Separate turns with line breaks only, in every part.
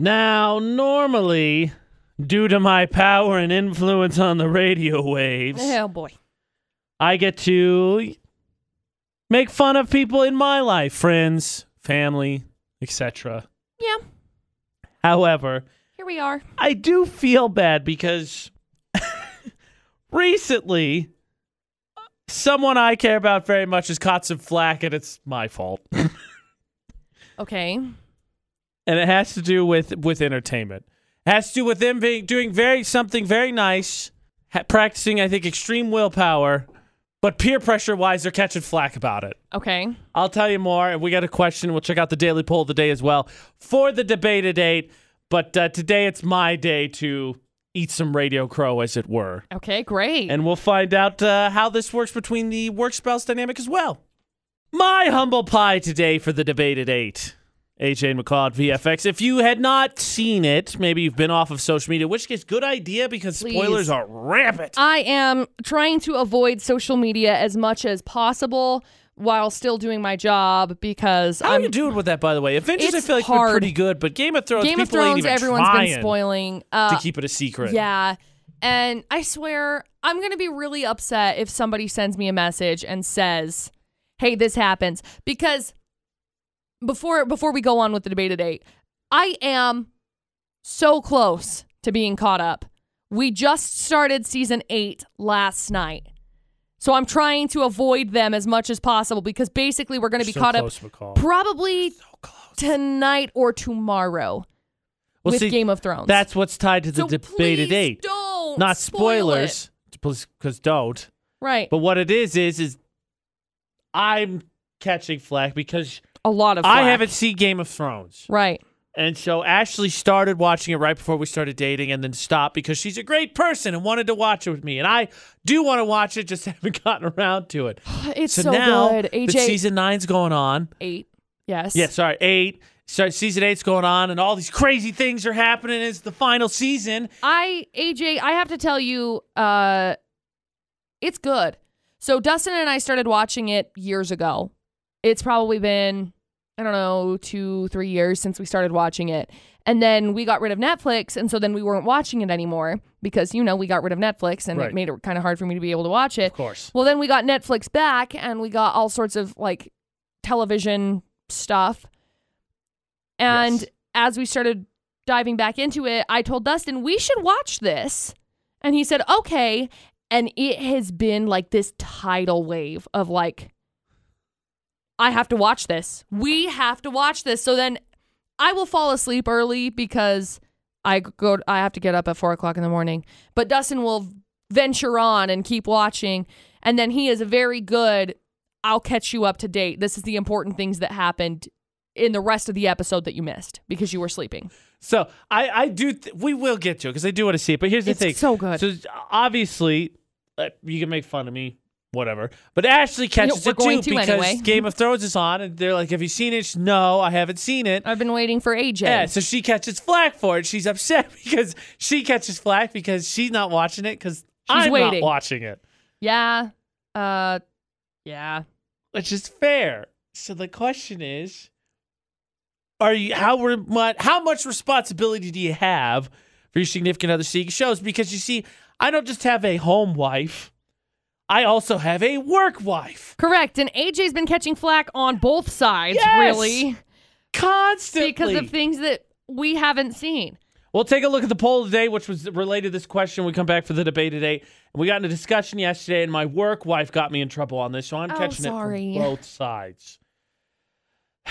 Now, normally, due to my power and influence on the radio waves,
Oh boy.
I get to make fun of people in my life, friends, family, etc.
Yeah.
However,
Here we are.
I do feel bad because recently someone I care about very much has caught some flack and it's my fault.
Okay.
and it has to do with with entertainment. It has to do with them being doing very something very nice, ha- practicing I think extreme willpower, but peer pressure wise they're catching flack about it.
Okay.
I'll tell you more, and we got a question. We'll check out the daily poll of the day as well for the debate at eight. But uh, today it's my day to eat some radio crow, as it were,
Okay. Great.
and we'll find out uh, how this works between the work spouse dynamic as well. My humble pie today for the debate at eight. AJ and McCloud VFX. If you had not seen it, maybe you've been off of social media, which is good idea because
Please.
spoilers are rampant.
I am trying to avoid social media as much as possible while still doing my job because
How
I'm
are you doing with that, by the way? Avengers,
Um, It's
I feel like we're
hard.
pretty good, but Game of Thrones,
Game
people
of Thrones.
ain't even
Everyone's
trying.
been spoiling. Uh,
to keep it a secret.
Yeah. And I swear, I'm going to be really upset if somebody sends me a message and says, "Hey, this happens." Because before before we go on with the debate today, I am so close to being caught up. We just started season 8 last night. So I'm trying to avoid them as much as possible because basically we're going to be caught up probably tonight or tomorrow
Well,
with
see,
Game of Thrones.
That's what's tied to the
so
debate
please
at eight.
Don't
Not
spoil it.
spoilers, because don't.
Right.
But what it is is is I'm catching flack because
a lot of
I
flack.
haven't seen Game of Thrones,
Right.
and so Ashley started watching it right before we started dating, and then stopped because she's a great person and wanted to watch it with me, and I do want to watch it, just haven't gotten around to it.
It's so,
so, now
good.
that
AJ
season nine's going on.
eight. Yes.
Yeah, sorry, eight. So season eight's going on, and all these crazy things are happening. It's the final season.
I AJ, I have to tell you, uh it's good. So Dustin and I started watching it years ago. It's probably been, I don't know, two, three years since we started watching it. And then we got rid of Netflix, and so then we weren't watching it anymore because, you know, we got rid of Netflix and
Right.
it made it kind of hard for me to be able to watch it.
Of course.
Well, then we got Netflix back and we got all sorts of like television stuff. And
Yes.
as we started diving back into it, I told Dustin, we should watch this. And he said, okay. And it has been like this tidal wave of like, I have to watch this. We have to watch this. So then I will fall asleep early because I go. I have to get up at four o'clock in the morning. But Dustin will venture on and keep watching, and then he is a very good. I'll catch you up to date. This is the important things that happened in the rest of the episode that you missed because you were sleeping.
So I, I do. Th- we will get to it because I do want to see it. But here's the
It's
thing.
so good.
So obviously, uh, you can make fun of me, whatever. But Ashley catches
we're
it
going
too
to
because
anyway.
Game of Thrones is on, and they're like, "Have you seen it?" She's, no, I haven't seen it.
I've been waiting for AJ.
Yeah, so she catches flack for it. She's upset because she catches flack because she's not watching it because I'm
waiting.
not watching it.
Yeah. Uh. Yeah.
which is fair. So the question is, are you how re- mu- how much responsibility do you have for your significant other seeing shows? Because you see, I don't just have a home wife; I also have a work wife,
Correct. And AJ's been catching flack on both sides,
Yes!
really,
constantly.
because of things that we haven't seen.
We'll take a look at the poll today, which was related to this question. We come back for the debate today. We got in a discussion yesterday, and my work wife got me in trouble on this, so I'm
Oh,
catching
sorry.
it from both sides.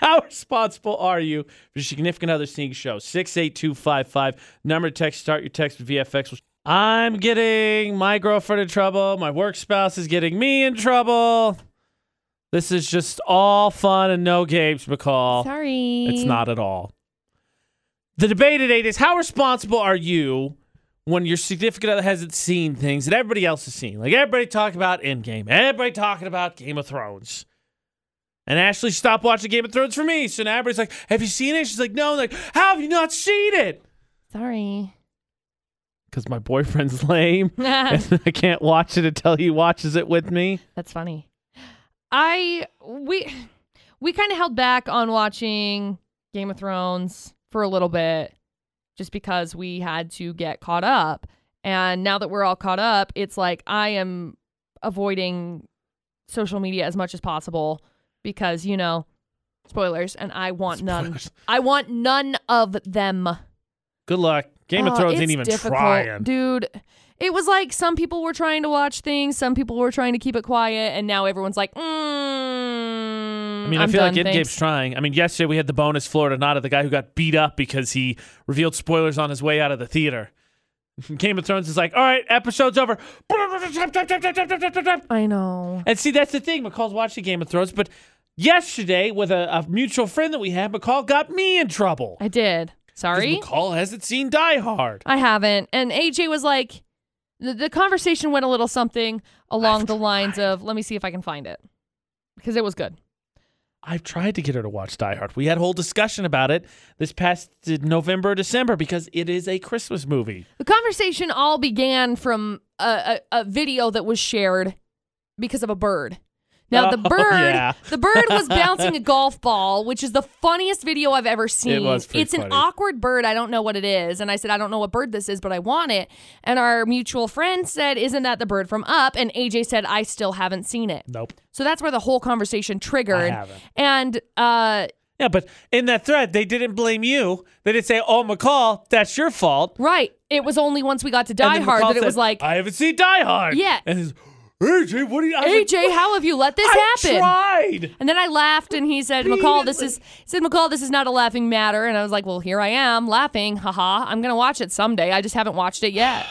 How responsible are you for your significant other seeing show? 68255. Number to text, start your text with VFX. I'm getting my girlfriend in trouble. My work spouse is getting me in trouble. This is just all fun and no games, McCall.
Sorry.
It's not at all. The debate at eight is how responsible are you when your significant other hasn't seen things that everybody else has seen? Like everybody talking about Endgame, everybody talking about Game of Thrones. And Ashley stopped watching Game of Thrones for me. So now everybody's like, Have you seen it? She's like, No. I'm like, How have you not seen it?
Sorry.
Because my boyfriend's lame. and I can't watch it until he watches it with me.
That's funny. I we we kind of held back on watching Game of Thrones for a little bit just because we had to get caught up. And now that we're all caught up, it's like I am avoiding social media as much as possible because, you know, spoilers and I want none.
Spoilers.
I want none of them.
Good luck. Game of
Oh,
Thrones ain't
it's
even
difficult.
trying.
Dude, it was like some people were trying to watch things, some people were trying to keep it quiet, and now everyone's like, mm,
I mean, i feel like Endgame's trying. I mean, yesterday we had the bonus Florida Nada, the guy who got beat up because he revealed spoilers on his way out of the theater. Game of Thrones is like, all right, episode's over.
I know.
And see, that's the thing. McCall's watching Game of Thrones, but yesterday with a, a mutual friend that we had, McCall got me in trouble.
I did.
'Cause
Sorry.
McCall hasn't seen Die Hard.
I haven't. And AJ was like, the, the conversation went a little something along
I've
the lines of, let me see if I can find it. Because it was good.
I've tried to get her to watch Die Hard. We had a whole discussion about it this past uh, November, December, because it is a Christmas movie.
The conversation all began from a, a, a video that was shared because of a bird. Now the
Oh,
bird,
yeah.
the bird was bouncing a golf ball, which is the funniest video I've ever seen.
was pretty
it's an
funny.
awkward bird. I don't know what it is, and I said I don't know what bird this is, but I want it. And our mutual friend said, "Isn't that the bird from Up?" And AJ said, "I still haven't seen it."
Nope.
So that's where the whole conversation triggered.
haven't.
And uh,
Yeah, but in that thread, they didn't blame you. They didn't say, "Oh, McCall, that's your fault."
right, it was only once we got to
And
Die
then
Hard
McCall
that it
said,
was like,
"I haven't seen Die Hard."
Yeah.
and he's, "AJ, what are you?" I was like,
AJ, how have you let this
I
happen?
tried.
And then I laughed, and he said, "McCall, this is he said McCall, this is not a laughing matter." And I was like, "Well, here I am laughing, haha. I'm gonna watch it someday. I just haven't watched it yet."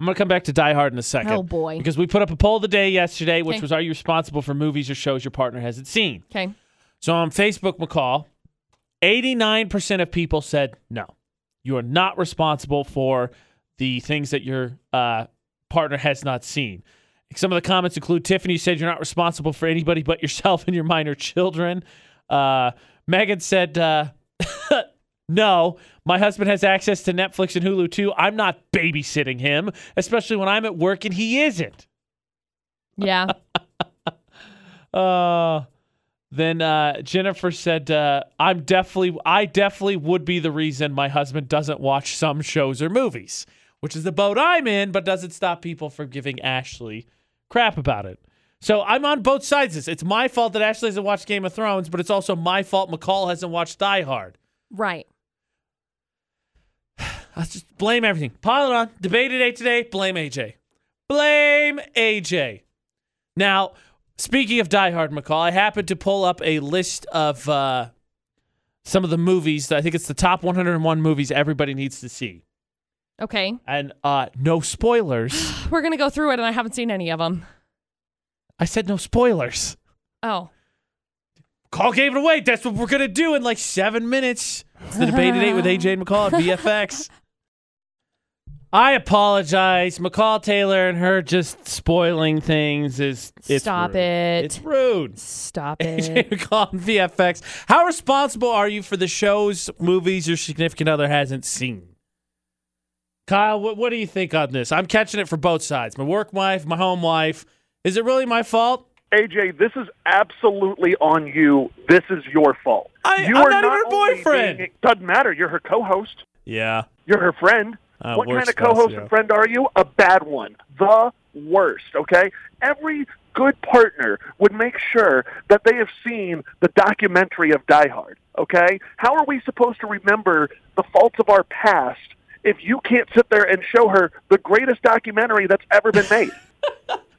I'm gonna come back to Die Hard in a second.
Oh, boy.
Because we put up a poll of the day yesterday, which
Okay.
was, "Are you responsible for movies or shows your partner hasn't seen?"
Okay,
So on Facebook, McCall, 89% of people said no. You are not responsible for the things that your uh, partner has not seen. Some of the comments include Tiffany said you're not responsible for anybody but yourself and your minor children. Uh, Megan said, uh, no, my husband has access to Netflix and Hulu too. I'm not babysitting him, especially when I'm at work and he isn't.
yeah,
Uh, then uh, Jennifer said, uh, "I'm definitely, I definitely would be the reason my husband doesn't watch some shows or movies, which is the boat I'm in, but doesn't stop people from giving Ashley crap about it." So I'm on both sides. of This it's my fault that Ashley hasn't watched Game of Thrones, but it's also my fault McCall hasn't watched Die Hard.
right.
Let's just blame everything. Pile it on. Debate today today. Blame AJ. Blame AJ. Now, speaking of Die Hard, McCall, I happened to pull up a list of uh, some of the movies. I think it's the top 101 movies everybody needs to see.
Okay,
And uh, no spoilers.
we're gonna go through it, and I haven't seen any of them.
I said no spoilers.
Oh,
Call gave it away. That's what we're going to do in like seven minutes. It's the debate today with AJ and McCall at VFX. I apologize. McCall Taylor and her just spoiling things is it's
Stop
rude.
it.
It's rude.
stop
AJ
it.
McCall and VFX. How responsible are you for the shows, movies your significant other hasn't seen? Kyle, what, what do you think on this? I'm catching it for both sides. My work wife, my home wife. Is it really my fault?
AJ, this is absolutely on you. This is your fault.
I-
you
I'm
are
not even her
only
boyfriend.
being- it doesn't matter. You're her co-host.
Yeah.
You're her friend.
Uh,
what
worst
kind of
spouse,
co-host
yeah.
and friend are you? A bad one. The worst. Okay. Every good partner would make sure that they have seen the documentary of Die Hard. Okay. How are we supposed to remember the faults of our past if you can't sit there and show her the greatest documentary that's ever been made?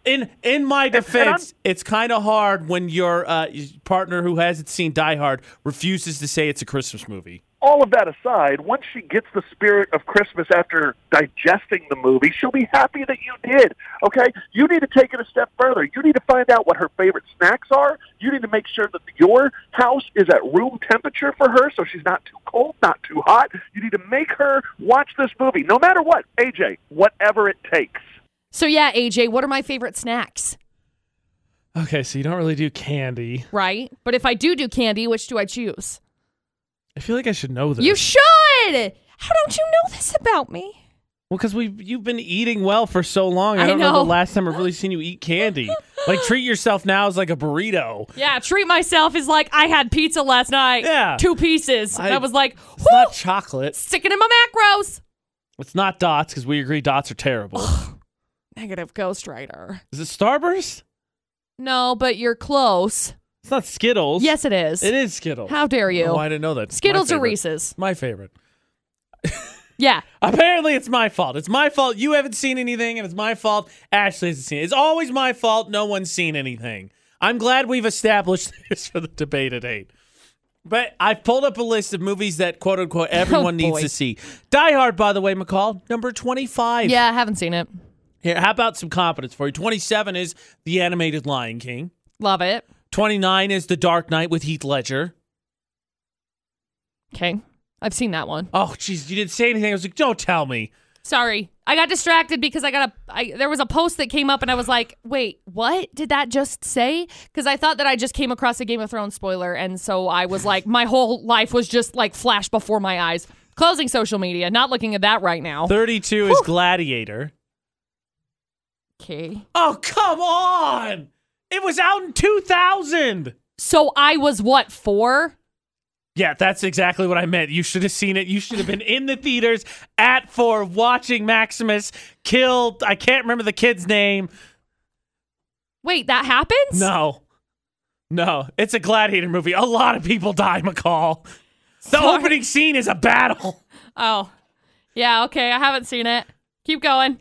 In in my
and I'm-
defense, it's kind of hard when your uh, partner who hasn't seen Die Hard refuses to say it's a Christmas movie.
all of that aside, once she gets the spirit of Christmas after digesting the movie, she'll be happy that you did. Okay? You need to take it a step further. You need to find out what her favorite snacks are. You need to make sure that your house is at room temperature for her so she's not too cold, not too hot. You need to make her watch this movie, no matter what. AJ, whatever it takes.
So yeah, AJ, what are my favorite snacks?
Okay, so you don't really do candy.
Right, but if I do do candy, which do I choose?
I feel like I should know this.
You should. How don't you know this about me?
well, because we you've been eating well for so long. I,
I
don't know.
know.
the last time I've really seen you eat candy. Like treat yourself now as like a burrito.
Yeah, treat myself is like I had pizza last night.
Yeah.
Two pieces.
I-
and I was like,
It's not
whoo,
chocolate.
sticking in my macros.
It's not dots because we agree dots are terrible.
Negative ghostwriter.
Is it Starburst?
No, but you're close.
It's not Skittles.
Yes, it is.
it is Skittles.
How dare you?
Oh, I didn't know that. It's my
Skittles or
favorite.
Reese's?
It's my favorite.
Yeah.
Apparently, it's my fault. It's my fault. You haven't seen anything, and it's my fault. Ashley hasn't seen it. It's always my fault. No one's seen anything. I'm glad we've established this for the debate at eight. But I've pulled up a list of movies that quote unquote everyone needs
Oh, boy.
to see. Die Hard, by the way, McCall, number 25.
Yeah, I haven't seen it.
Here, how about some competence for you? 27 is The Animated Lion King,
Love it.
29 is The Dark Knight with Heath Ledger.
Okay. I've seen that one.
Oh, jeez, you didn't say anything. I was like, don't tell me.
Sorry. I got distracted because I got a I, there was a post that came up and I was like, "Wait, what did that just say?" Cuz I thought that I just came across a Game of Thrones spoiler and so I was like my whole life was just like flash before my eyes. Closing social media, not looking at that right now.
32 is Gladiator.
Okay.
Oh, come on. It was out in 2000.
So I was what, 4?
Yeah, that's exactly what I meant. You should have seen it. You should have been in the theaters at four watching Maximus kill. I can't remember the kid's name.
Wait, that happens?
No. No, it's a gladiator movie. A lot of people die, McCall. The
Sorry.
opening scene is a battle.
Oh. Yeah, okay. I haven't seen it. Keep going.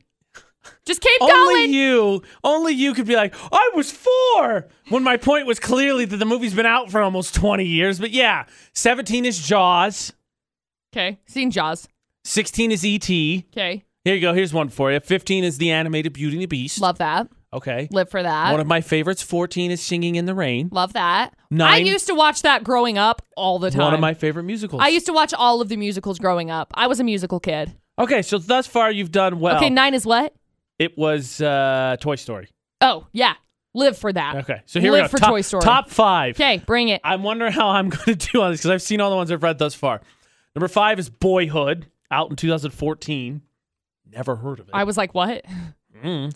Just keep
Only
going.
you, only you could be like, I was four. When my point was clearly that the movie's been out for almost 20 years. But yeah, 17 is Jaws,
okay. Seen Jaws.
16 is E.T.
Okay.
Here you go. Here's one for you. 15 is the animated Beauty and the Beast.
Love that.
Okay.
Live for that.
one of my favorites. 14 is Singing in the Rain.
Love that. I
Nine.
used to watch that growing up all the time.
One of my favorite musicals.
I used to watch all of the musicals growing up. I was a musical kid.
okay, so thus far you've done well.
Okay, nine is what?
it was uh, Toy Story.
Oh, yeah. Live for that.
Okay, so here
Live
we go.
for
top,
Toy Story.
Top five.
Okay, bring it.
I'm wondering how I'm going to do on this because I've seen all the ones I've read thus far. Number five is Boyhood, out in 2014. Never heard of it.
I was like, what?
Mm.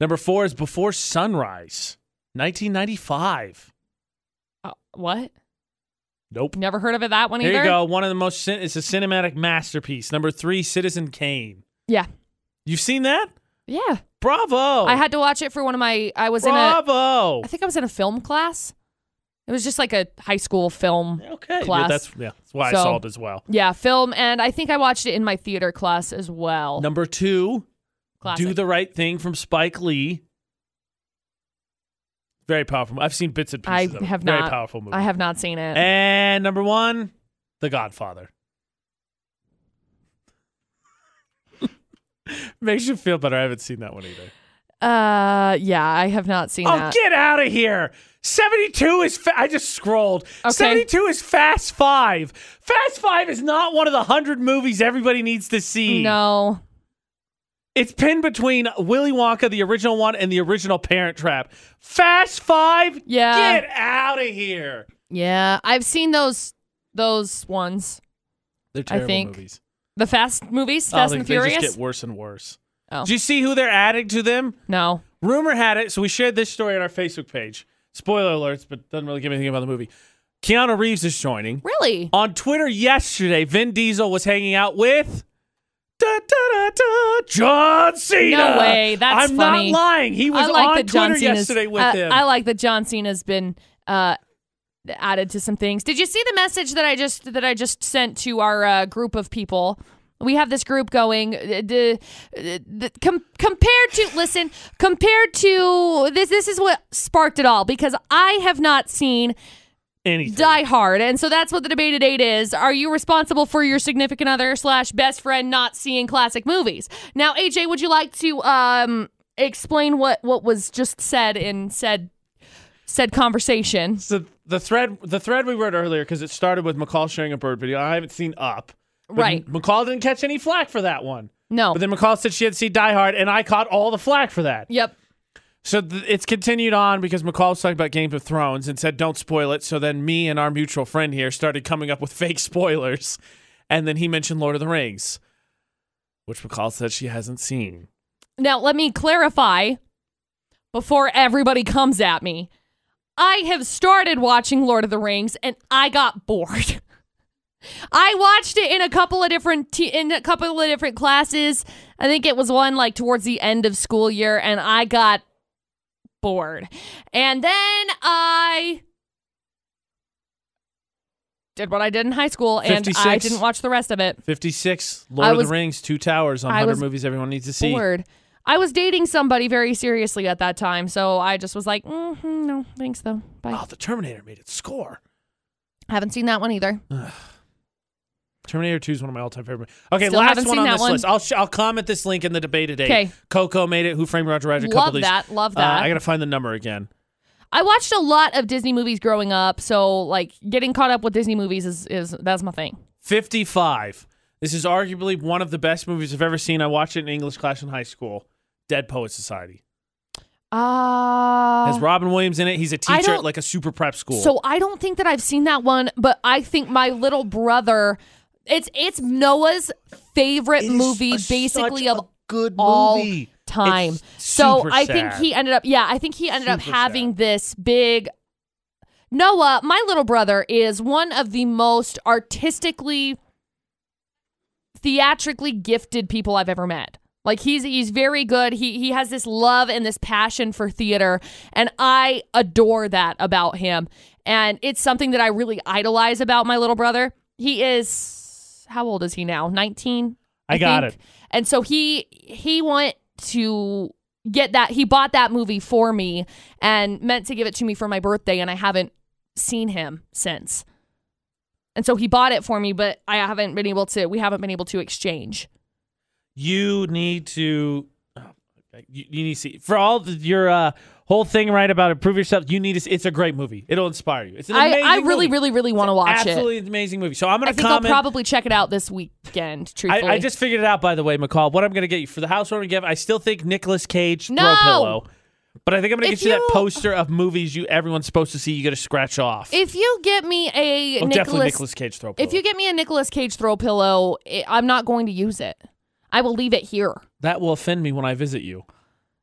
Number four is Before Sunrise, 1995.
Uh, what?
Nope.
Never heard of it that one
Here
either?
you go. One of the most. Cin- it's a cinematic masterpiece. Number three, Citizen Kane.
Yeah.
You've seen that?
Yeah.
Bravo.
I had to watch it for one of my I was in a
Bravo.
I think I was in a film class. It was just like a high school film.
okay. Yeah,
class.
that's yeah. That's why I
So-
saw it as well.
Yeah, film and I think I watched it in my theater class as well.
Number two,
Classic.
Do the Right Thing from Spike Lee. Very powerful. I've seen bits and
I
pieces. of it.
have
Very
not.
powerful movie.
I have not seen it.
And number one, The Godfather. Makes you feel better. I haven't seen that one either.
Uh, yeah, I have not seen
Oh,
that.
get out of here. 72 is, fa- I just scrolled.
Okay.
72 is Fast Five. Fast Five is not one of the 100 movies everybody needs to see.
No.
It's pinned between Willy Wonka, the original one, and the original Parent Trap. Fast Five?
Yeah.
Get out of here.
Yeah, I've seen those those ones.
They're
I
terrible
think
movies.
The Fast movies,
Oh,
Fast
they,
and the
they
Furious.
just get worse and worse.
Oh.
Do you see who they're adding to them?
no.
Rumor had it, so we shared this story on our Facebook page. Spoiler alerts, but doesn't really give anything about the movie. Keanu Reeves is joining.
Really?
On Twitter yesterday, Vin Diesel was hanging out with da, da, da, da, John Cena.
No way, that's
I'm
funny.
not lying. He was
I like
on
that John
Twitter
Cena's,
yesterday with
I,
him.
I like that John Cena's been uh added to some things. Did you see the message that I just that I just sent to our uh, group of people? We have this group going. uh, d- uh, d- com- compared to listen, compared to this, this is what sparked it all because I have not seen
Anything.
Die Hard, and so that's what the debate at eight is. Are you responsible for your significant other slash best friend not seeing classic movies? Now, AJ, would you like to um explain what what was just said in said said conversation?
So the thread, the thread we read earlier, because it started with McCall sharing a bird video. I haven't seen Up. But
Right.
McCall didn't catch any flack for that one.
No.
But then McCall said she had seen Die Hard, and I caught all the flack for that.
yep.
So th- it's continued on because McCall was talking about Game of Thrones and said, don't spoil it. So then me and our mutual friend here started coming up with fake spoilers. And then he mentioned Lord of the Rings, which McCall said she hasn't seen.
Now let me clarify. before everybody comes at me. I have started watching Lord of the Rings and I got bored. I watched it in a couple of different t- in a couple of different classes. I think it was one like towards the end of school year and I got bored. And then I did what I did in high school and I
56.
didn't watch the rest of it.
56, Lord
I
of
was-
the Rings, Two Towers on
I
100
was
movies everyone needs to see.
bored. I was dating somebody very seriously at that time, so I just was like, mm no, thanks though. Bye.
Oh, the Terminator made it score.
Haven't seen that one either.
Uh. Terminator 2 is one of my all-time favorite. Okay,
Still
last
haven't
one
seen
on
that
this
one.
list. I'll sh- I'll comment this link in the debate today.
'Kay.
Coco made it. Who framed Roger Rabbit? A couple of
Love
these.
that. Love
Uh,
that.
I gotta find the number again.
I watched a lot of Disney movies growing up, so like getting caught up with Disney movies is, is that's my thing.
55. This is arguably one of the best movies I've ever seen. I watched it in English class in high school. Dead Poet Society.
Ah.
Has Robin Williams in it. He's a
Uh, I
teacher at
don't-
like a super prep school.
So uh, I don't think that I've seen that one, but I think my little brother it's it's Noah's favorite
It is
movie
a- such
basically
a
of
good
all
movie.
time.
It's
So
super
I think
sad.
he ended up yeah, I think he ended up
Super
having this big Noah, my little brother is one of the most artistically theatrically gifted people I've ever met. Like he's he's very good. He he has this love and this passion for theater and I adore that about him. And it's something that I really idolize about my little brother. He is how old is he now? 19?
I got
think. And so he he went to get that he bought that movie for me and meant to give it to me for my birthday and I haven't seen him since. And so he bought it for me, but I haven't been able to we haven't been able to exchange.
you need to oh, okay. you, you need to see for all the, your uh, whole thing right about improve yourself you need to see, it's a great movie it'll inspire you it's an
I,
amazing
I really,
movie.
really, really want to watch it.
absolutely amazing movie so i'm gonna
I think
comment
I'll probably check it out this weekend,
I,
truthfully.
I just figured it out by the way mccall what i'm gonna get you for the housewarming gift i still think Nicolas cage
No!
throw pillow but i think i'm gonna
If
get you, that
you-
poster of movies you everyone's supposed to see you gotta scratch off
if you get me a
oh, definitely
Nicholas
Nicolas cage throw pillow
if you get me a Nicolas Cage throw pillow, i I'm not going to use it. I will leave it here.
that will offend me when i visit you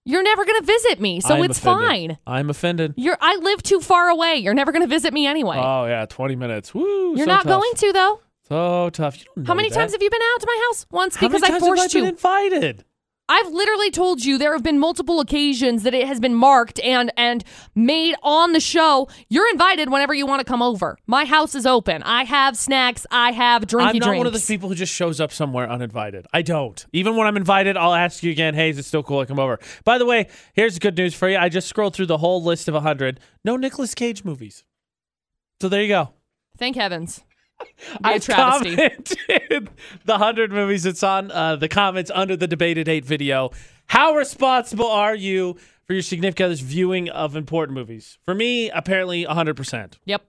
You're never going to visit me, so
I'm
it's
offended.
fine.
i'm offended
You're I live too far away. You're never going to visit me anyway.
oh yeah 20 minutes Woo,
You're
so
not
tough.
going to though.
so tough you don't
How
know
many
that.
times have you been out to my house? Once
How
because
many
I
times have
forced
been
you.
invited.
I've literally told you there have been multiple occasions that it has been marked and and made on the show. You're invited whenever you want to come over. My house is open. I have snacks. I have drinky
I'm not
drinks.
one of those people who just shows up somewhere uninvited. I don't. Even when I'm invited, I'll ask you again, hey, is it still cool to come over? By the way, here's the good news for you. I just scrolled through the whole list of 100. No Nicolas Cage movies. So there you go.
Thank heavens. Be a
I
travesty.
commented the 100 movies that's on uh, the comments under the debated eight video. How responsible are you for your significant other's viewing of important movies? For me, apparently 100%.
Yep.